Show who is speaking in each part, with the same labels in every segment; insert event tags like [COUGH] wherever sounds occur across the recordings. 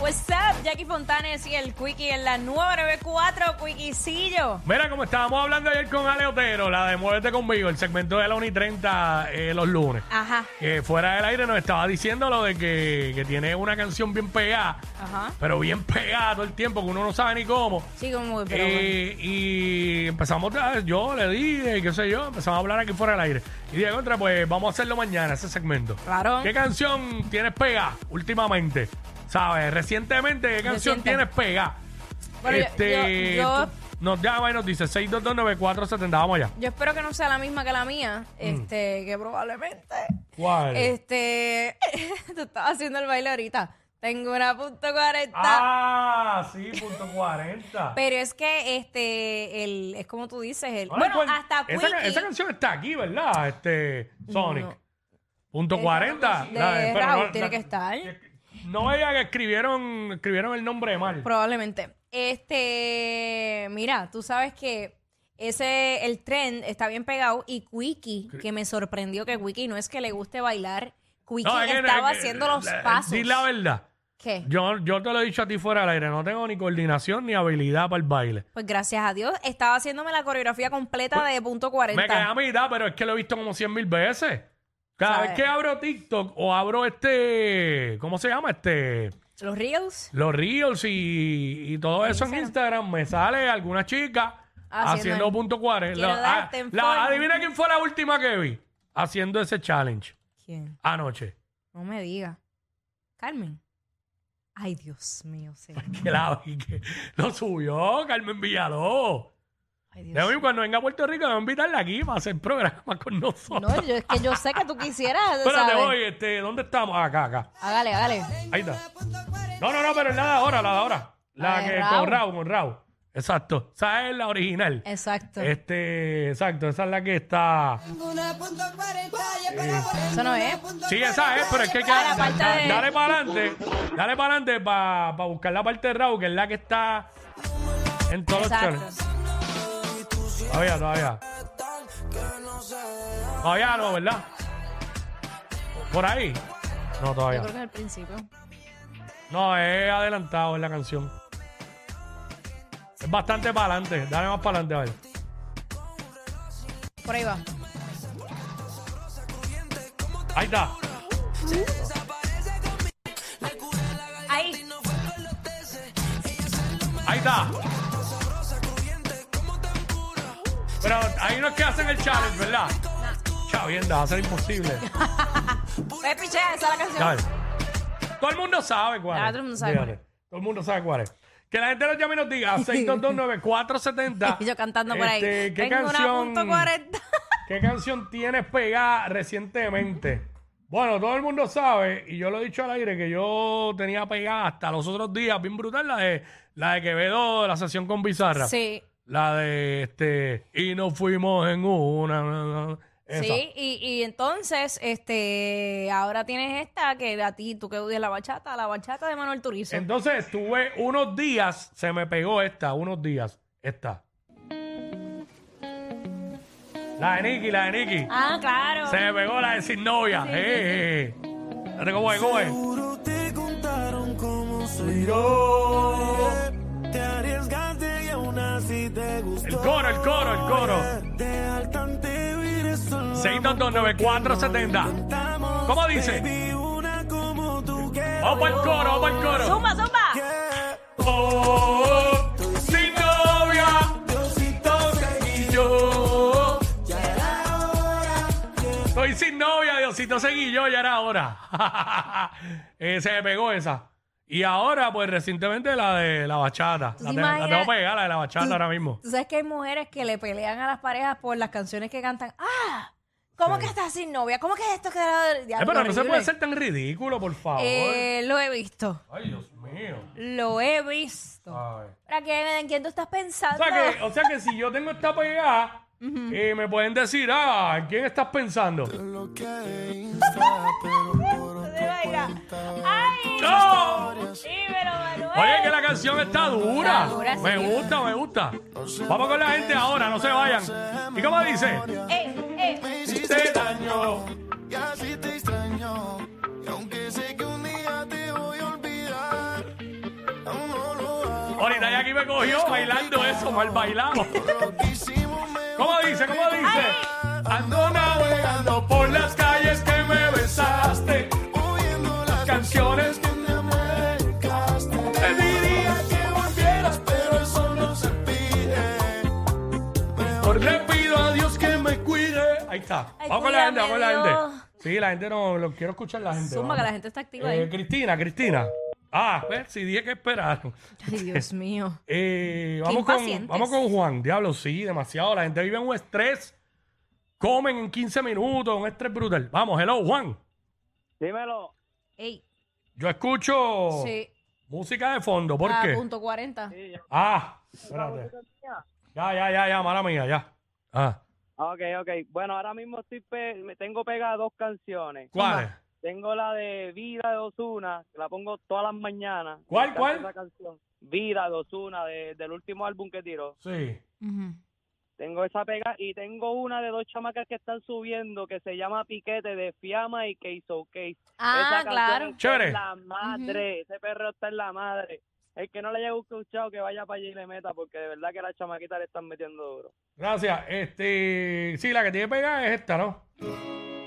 Speaker 1: What's up, Jackie Fontanes y el Quickie en la 994, Quickiecillo.
Speaker 2: Mira, como estábamos hablando ayer con Ale Otero, la de Muévete conmigo, el segmento de la 1 y 30 eh, los lunes.
Speaker 1: Ajá.
Speaker 2: Que fuera del aire nos estaba diciendo lo de que, que tiene una canción bien pegada,
Speaker 1: Ajá.
Speaker 2: pero bien pegada todo el tiempo, que uno no sabe ni cómo.
Speaker 1: Sí, como, pero bueno.
Speaker 2: Eh, y empezamos, a- yo le dije, qué sé yo, empezamos a hablar aquí fuera del aire. Y dije, contra, pues vamos a hacerlo mañana, ese segmento.
Speaker 1: Claro.
Speaker 2: ¿Qué canción tienes pegada últimamente? ¿Sabes? Recientemente, ¿qué canción
Speaker 1: Reciente.
Speaker 2: tienes pegada?
Speaker 1: Bueno, yo-
Speaker 2: este,
Speaker 1: yo- yo-
Speaker 2: tú- nos llama y nos dice 6229470, vamos allá.
Speaker 1: Yo espero que no sea la misma que la mía, este, que probablemente.
Speaker 2: Mm. ¿Cuál?
Speaker 1: Este, [LAUGHS] tú estabas haciendo el baile ahorita. Tengo una punto 40.
Speaker 2: Ah, sí, punto 40.
Speaker 1: Pero es que, este, el, es como tú dices, el,
Speaker 2: Ay,
Speaker 1: bueno,
Speaker 2: pues,
Speaker 1: hasta Quickie.
Speaker 2: esa, ca- esa canción está aquí, ¿verdad? Este, Sonic.
Speaker 1: No.
Speaker 2: Punto
Speaker 1: Esa
Speaker 2: 40.
Speaker 1: de
Speaker 2: La- pero
Speaker 1: Raúl tiene que estar.
Speaker 2: No veía que escribieron, escribieron el nombre mal.
Speaker 1: Probablemente. Este, mira, tú sabes que ese, el trend está bien pegado y Quickie, que me sorprendió que Quickie no es que le guste bailar, Quickie
Speaker 2: No, es que-
Speaker 1: estaba
Speaker 2: es que-
Speaker 1: haciendo los
Speaker 2: la-
Speaker 1: pasos.
Speaker 2: Di la verdad.
Speaker 1: ¿Qué?
Speaker 2: Yo, yo te lo he dicho a ti fuera del aire. No tengo ni coordinación ni habilidad para el baile.
Speaker 1: Pues gracias a Dios, estaba haciéndome la coreografía completa de punto
Speaker 2: Pues, Me quedé
Speaker 1: 40.
Speaker 2: a mitad, pero es que lo he visto como 100 mil veces. Cada
Speaker 1: ¿Sabes?
Speaker 2: vez que abro TikTok o abro este, ¿cómo se llama? Este,
Speaker 1: Los reels.
Speaker 2: los reels y, y todo eso en Instagram, me sale alguna chica
Speaker 1: Haciendo
Speaker 2: haciendo
Speaker 1: el-
Speaker 2: punto 40.
Speaker 1: Quiero
Speaker 2: La- ah,
Speaker 1: darte en
Speaker 2: la-
Speaker 1: forma.
Speaker 2: adivina quién fue la última que vi haciendo ese challenge
Speaker 1: ¿Quién?
Speaker 2: anoche. [LAUGHS]
Speaker 1: No me diga. Carmen. Ay, Dios mío, señor.
Speaker 2: Que la vi que lo subió Carmen Villaló.
Speaker 1: Ay,
Speaker 2: De
Speaker 1: Dios
Speaker 2: mí, cuando venga a Puerto Rico, me va a invitarla aquí para hacer programa con nosotros.
Speaker 1: No, yo, es que yo sé que tú quisieras,
Speaker 2: [LAUGHS] Espérate,
Speaker 1: ¿sabes?
Speaker 2: voy, este, ¿dónde estamos? Acá, acá.
Speaker 1: Hágale, hágale.
Speaker 2: Ahí está. No, no, no, pero es la de ahora, la de ahora. La
Speaker 1: La de
Speaker 2: que
Speaker 1: Raúl.
Speaker 2: con Raúl, con Raúl. Exacto. Esa es la original.
Speaker 1: Exacto.
Speaker 2: Este, exacto, esa es la que está.
Speaker 1: Eso no es.
Speaker 2: Sí, esa es, pero es que hay que
Speaker 1: Ah, la parte
Speaker 2: da-
Speaker 1: de-
Speaker 2: dale para adelante, dale para adelante para buscar la parte de Raúl, que es la que está en todos los
Speaker 1: Exacto.
Speaker 2: channels. Todavía, todavía. Todavía no, ¿verdad? Por ahí. No,
Speaker 1: Yo
Speaker 2: todavía.
Speaker 1: creo que es el principio.
Speaker 2: No, es adelantado en la canción. Es bastante para adelante. Dale más para adelante, a ver.
Speaker 1: Por ahí va.
Speaker 2: Ahí está.
Speaker 1: Ahí.
Speaker 2: Ahí está. Pero ahí no es que hacen el challenge, ¿verdad? Chavienda, va a ser imposible.
Speaker 1: Me piché, Pues esa es la canción.
Speaker 2: Dale. Todo el mundo sabe cuál es.
Speaker 1: Ya, todo el mundo sabe cuál
Speaker 2: Fíjate,
Speaker 1: es.
Speaker 2: Todo el mundo sabe cuál es. Que la gente nos llame y nos diga 6229470.
Speaker 1: Y [LAUGHS] yo cantando por ahí.
Speaker 2: Este, ¿Qué
Speaker 1: Tengo una
Speaker 2: canción?
Speaker 1: punto 40.
Speaker 2: ¿Qué canción tienes pegada recientemente? Bueno, todo el mundo sabe, y yo lo he dicho al aire, que yo tenía pegada hasta los otros días, bien brutal, la de, la de Quevedo, la sesión con Bizarra.
Speaker 1: sí.
Speaker 2: La de este, y nos fuimos en una. na, na, na, esa.
Speaker 1: Sí, y, y entonces, este, ahora tienes esta que a ti, tú que odias la bachata, la bachata de Manuel Turizo.
Speaker 2: Entonces, tuve unos días, se me pegó esta, unos días, esta. La de Nicky, la de Nicky.
Speaker 1: ah, claro.
Speaker 2: Se me pegó la de sin novia. eh, eh. Date como es, como es.
Speaker 3: Seguro te contaron cómo soy
Speaker 2: Miró.
Speaker 3: Te arriesgaste y aún así te gustó.
Speaker 2: El coro, el coro, el coro.
Speaker 3: Te al tanteo y eres solo
Speaker 2: 6229470.
Speaker 3: estamos.
Speaker 2: ¿Cómo dice?
Speaker 3: Baby, una como tú que
Speaker 2: Vamos para el coro, vamos para el coro.
Speaker 1: Zumba, zumba.
Speaker 2: Oh, oh, sin novia, Diosito seguí yo. Estoy [LAUGHS] sin novia, Diosito seguí yo, ya era hora. Eh, se me pegó esa. Y ahora, pues recientemente la de la bachata.
Speaker 1: ¿Tú
Speaker 2: La,
Speaker 1: te
Speaker 2: te- la
Speaker 1: imaginas?
Speaker 2: tengo pegada, la de la bachata
Speaker 1: Tú-
Speaker 2: ahora mismo.
Speaker 1: Tú sabes que hay mujeres que le pelean a las parejas por las canciones que cantan. ¡Ah! ¿Cómo que estás sin novia? ¿Cómo que esto que
Speaker 2: Eh, pero no se puede ser tan ridículo, por favor.
Speaker 1: Eh, lo he visto.
Speaker 2: Ay, Dios mío.
Speaker 1: Lo he visto.
Speaker 2: Ay.
Speaker 1: ¿Para qué me quién tú estás
Speaker 2: O
Speaker 1: pensando?
Speaker 2: sea, que, o sea que si yo tengo esta pegada, eh, me pueden decir, ah, ¿en quién estás pensando?
Speaker 3: Lo que Insta, pero por
Speaker 1: De
Speaker 3: otro
Speaker 1: bailar.
Speaker 3: cuenta.
Speaker 1: ¡Ay!
Speaker 2: ¡No!
Speaker 1: ¡Dímelo, Manuel!
Speaker 2: Oye, que la canción está dura.
Speaker 1: Está dura, sí.
Speaker 2: me gusta, me gusta. Vamos con la gente ahora, no se vayan. ¿Y cómo dice?
Speaker 1: Eh, eh.
Speaker 3: Me
Speaker 2: Te
Speaker 3: hiciste daño y así te extraño. Y aunque sé que un día te voy a olvidar, aún no lo hago.
Speaker 2: Ahorita ya aquí me cogió bailando eso, mal bailamos.
Speaker 3: Lo que hicimos me
Speaker 2: ¿Cómo dice? ¿Cómo dice? Ando navegando por las calles que me besaste.
Speaker 3: oyendo las
Speaker 2: Canciones
Speaker 3: que me amargaste.
Speaker 2: te diría
Speaker 3: Que volvieras, pero eso no se pide.
Speaker 2: Por le pido a Dios que me cuide. Ahí está.
Speaker 1: Ay,
Speaker 2: vamos con la gente,
Speaker 1: cuídame,
Speaker 2: vamos con la
Speaker 1: Dios.
Speaker 2: gente. Sí, la gente no, lo quiero escuchar la gente.
Speaker 1: Zumba,
Speaker 2: vamos.
Speaker 1: que la gente está activa
Speaker 2: Eh,
Speaker 1: ahí.
Speaker 2: Cristina, Cristina. Ah, pues si dije que esperaron.
Speaker 1: Ay, Dios mío.
Speaker 2: Eh, vamos, con,
Speaker 1: impacientes.
Speaker 2: vamos con Juan. Diablo, sí, demasiado. La gente vive en un estrés. Comen en 15 minutos, un estrés brutal. Vamos, hello, Juan.
Speaker 4: Dímelo,
Speaker 1: Ey,
Speaker 2: Yo escucho
Speaker 1: sí.
Speaker 2: música de fondo. Oh. ¿Por
Speaker 1: a
Speaker 2: qué?
Speaker 1: punto 40.
Speaker 2: Ah, espérate. Ya, ya, ya, ya, mala mía, ya. Ah,
Speaker 4: Ok, ok. Bueno, ahora mismo estoy pe- me tengo pegadas dos canciones.
Speaker 2: ¿Cuál? es?
Speaker 4: Tengo la de Vida de Osuna, que la pongo todas las mañanas.
Speaker 2: ¿Cuál,
Speaker 4: Me encanta
Speaker 2: cuál?
Speaker 4: esa canción. Vida de Osuna, del último álbum que tiró.
Speaker 2: Sí.
Speaker 1: Ujú.
Speaker 4: Tengo esa pegada y tengo una de dos chamacas que están subiendo que se llama Piquete de Fiamma y Case Case.
Speaker 1: Ah,
Speaker 4: esa
Speaker 1: claro.
Speaker 2: Chévere.
Speaker 4: Es la madre, ese perro está en la madre. El que no le haya escuchado que vaya para allí y le meta porque de verdad que las chamaquitas le están metiendo duro.
Speaker 2: Gracias. Este, sí, la que tiene pegada es esta, ¿no?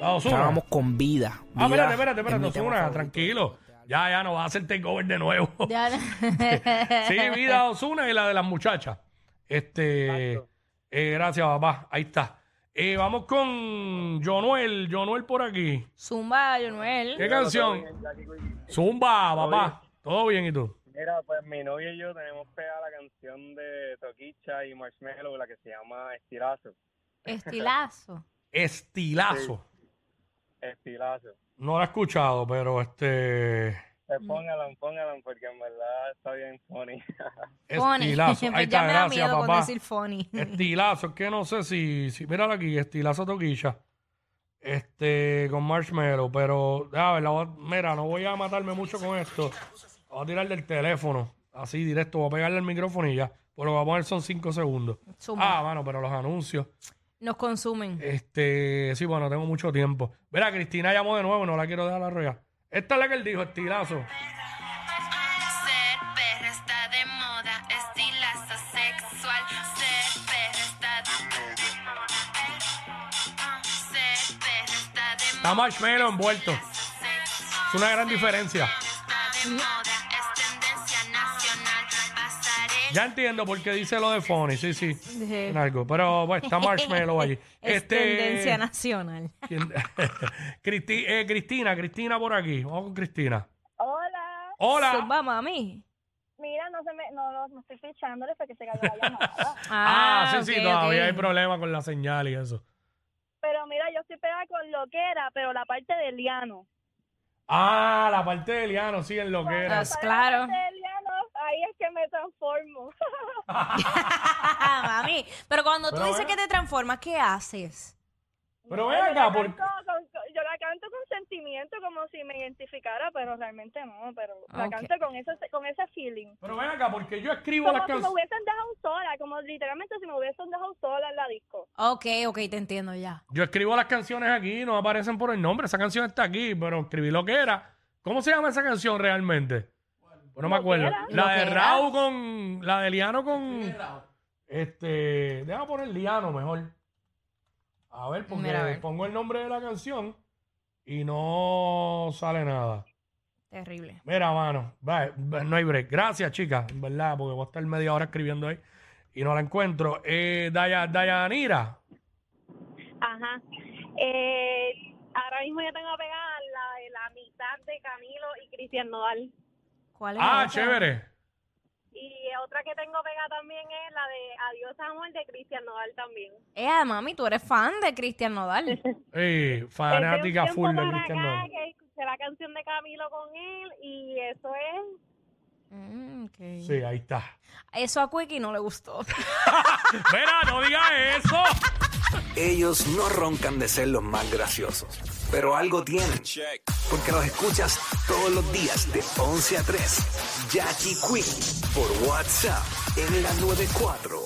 Speaker 2: La Ozuna.
Speaker 5: Estábamos con vida. Vida
Speaker 2: Ah, espérate, espérate,
Speaker 5: es
Speaker 2: espérate,
Speaker 5: mi tema
Speaker 2: Osuna,
Speaker 5: favorito.
Speaker 2: tranquilo. Ya, ya, no va a hacer takeover de nuevo.
Speaker 1: Ya.
Speaker 2: sí, vida Osuna y la de las muchachas. Este, eh, gracias, papá. Ahí está. Eh, vamos con Jonuel, Jonuel por aquí.
Speaker 1: Zumba, Jonuel.
Speaker 2: ¿Qué canción? Zumba, papá. Todo bien, ¿y tú?
Speaker 4: Mira, pues mi novia y yo tenemos pegada la canción de Toquicha y Marshmallow, la que se llama Estirazo.
Speaker 1: Estilazo.
Speaker 2: Estilazo.
Speaker 4: Estilazo.
Speaker 2: No la he escuchado, pero este...
Speaker 4: Pues póngalan, póngalan, porque en verdad está bien funny. [LAUGHS]
Speaker 1: Funny. [LAUGHS]
Speaker 2: Estilazo.
Speaker 1: Pues
Speaker 2: Ahí
Speaker 1: ya
Speaker 2: está,
Speaker 1: me da
Speaker 2: gracias,
Speaker 1: miedo con
Speaker 2: papá.
Speaker 1: decir funny.
Speaker 2: Estilazo, es que no sé si, si mírala aquí, estilazo toquilla. Este, con marshmallow, pero, a ver, la voy a- mira, no voy a matarme mucho con esto. La Voy a tirar del teléfono, así directo, voy a pegarle al micrófono y ya. Pues lo que voy a poner son 5 segundos.
Speaker 1: Zumba.
Speaker 2: Ah, mano, pero los anuncios.
Speaker 1: Nos consumen.
Speaker 2: Este, sí, bueno, tengo mucho tiempo. Mira, Cristina llamó de nuevo, no la quiero dejar arrollar. Esta es la que él dijo, estilazo.
Speaker 6: Ser perra está de moda, estilazo sexual. Ser perra está de moda. Ser perra está de moda.
Speaker 2: Está marshmallow envuelto. Es una gran diferencia.
Speaker 6: Está de moda, es tendencia nacional. Pasaré
Speaker 2: Ya entiendo por qué dice lo de Fonny, sí, sí.
Speaker 1: Sí.
Speaker 2: En algo. Pero bueno, está Marshmallow allí.
Speaker 1: [LAUGHS] Es
Speaker 2: Este,
Speaker 1: tendencia nacional.
Speaker 2: ¿quién- [LAUGHS] Cristi- eh, Cristina, Cristina por aquí. Vamos con Cristina.
Speaker 7: Hola.
Speaker 2: Hola.
Speaker 1: Zumba, mami.
Speaker 7: Mira, no se me, no, no, no estoy fichándole porque se cayó la [LAUGHS] llamada.
Speaker 2: Ah, sí, sí,
Speaker 1: ok,
Speaker 2: todavía
Speaker 1: ok.
Speaker 2: hay problemas con la señal y eso.
Speaker 7: Pero mira, yo estoy pegada con lo que era, pero la parte de Liano.
Speaker 2: Ah, la parte de Liano, sí, en lo que era.
Speaker 1: Ah, claro.
Speaker 7: La parte de Liano, ahí es que me transformo. [LAUGHS]
Speaker 1: [LAUGHS] mami. Pero cuando tú
Speaker 2: Pero
Speaker 1: dices
Speaker 2: bueno.
Speaker 1: que te transformas, ¿qué haces?
Speaker 2: Pero ven
Speaker 7: Yo
Speaker 2: acá,
Speaker 7: la
Speaker 2: por...
Speaker 7: canto con- con- yo la canto con sentimiento como si me identificara, pero realmente no, pero la
Speaker 1: Ok.
Speaker 7: canto con ese, con ese feeling.
Speaker 2: pero ven acá, porque yo escribo
Speaker 7: Como
Speaker 2: las
Speaker 7: si me
Speaker 2: canciones.
Speaker 7: hubiesen dejado sola, como literalmente si me hubiesen dejado sola en la disco.
Speaker 1: Ok, ok, te entiendo ya.
Speaker 2: Yo escribo las canciones aquí, no aparecen por el nombre. Esa canción está aquí, pero escribí lo que era. ¿Cómo se llama esa canción realmente? Pues no me acuerdo.
Speaker 7: era.
Speaker 2: La
Speaker 1: Lo
Speaker 2: de
Speaker 1: que era.
Speaker 2: Raúl con. La de Liano con. Este. Déjame poner Liano mejor. A ver, porque
Speaker 1: Mira, a ver.
Speaker 2: pongo el nombre de la canción y no sale nada.
Speaker 1: Terrible.
Speaker 2: Mira, mano, va, va, no hay break. Gracias, chicas, en verdad, porque voy a estar media hora escribiendo ahí y no la encuentro. Eh, Daya- Dayanira,
Speaker 7: Ajá. Eh, ahora mismo yo tengo pegada la, la mitad de Camilo y Cristian Nodal.
Speaker 1: ¿Cuál es la
Speaker 2: Ah,
Speaker 1: otra?
Speaker 2: chévere.
Speaker 7: Y otra que tengo pegada también es la de Adiós Amor de Cristian Nodal también.
Speaker 1: Eh, mami, tú eres fan de Cristian Nodal.
Speaker 2: Sí, fanática
Speaker 7: Desde un
Speaker 2: full
Speaker 7: tiempo
Speaker 2: de
Speaker 7: para
Speaker 2: Cristian
Speaker 7: acá
Speaker 2: Nodal.
Speaker 7: que escuché la canción de Camilo con él y eso es...
Speaker 1: Mm, ok.
Speaker 2: Sí, ahí está.
Speaker 1: Eso a Quickie no le gustó.
Speaker 2: Mira, no digas eso.
Speaker 8: Ellos no roncan de ser los más graciosos, pero algo tienen. Porque los escuchas todos los días de 11 a 3. Jackie Quinn por WhatsApp en la 94.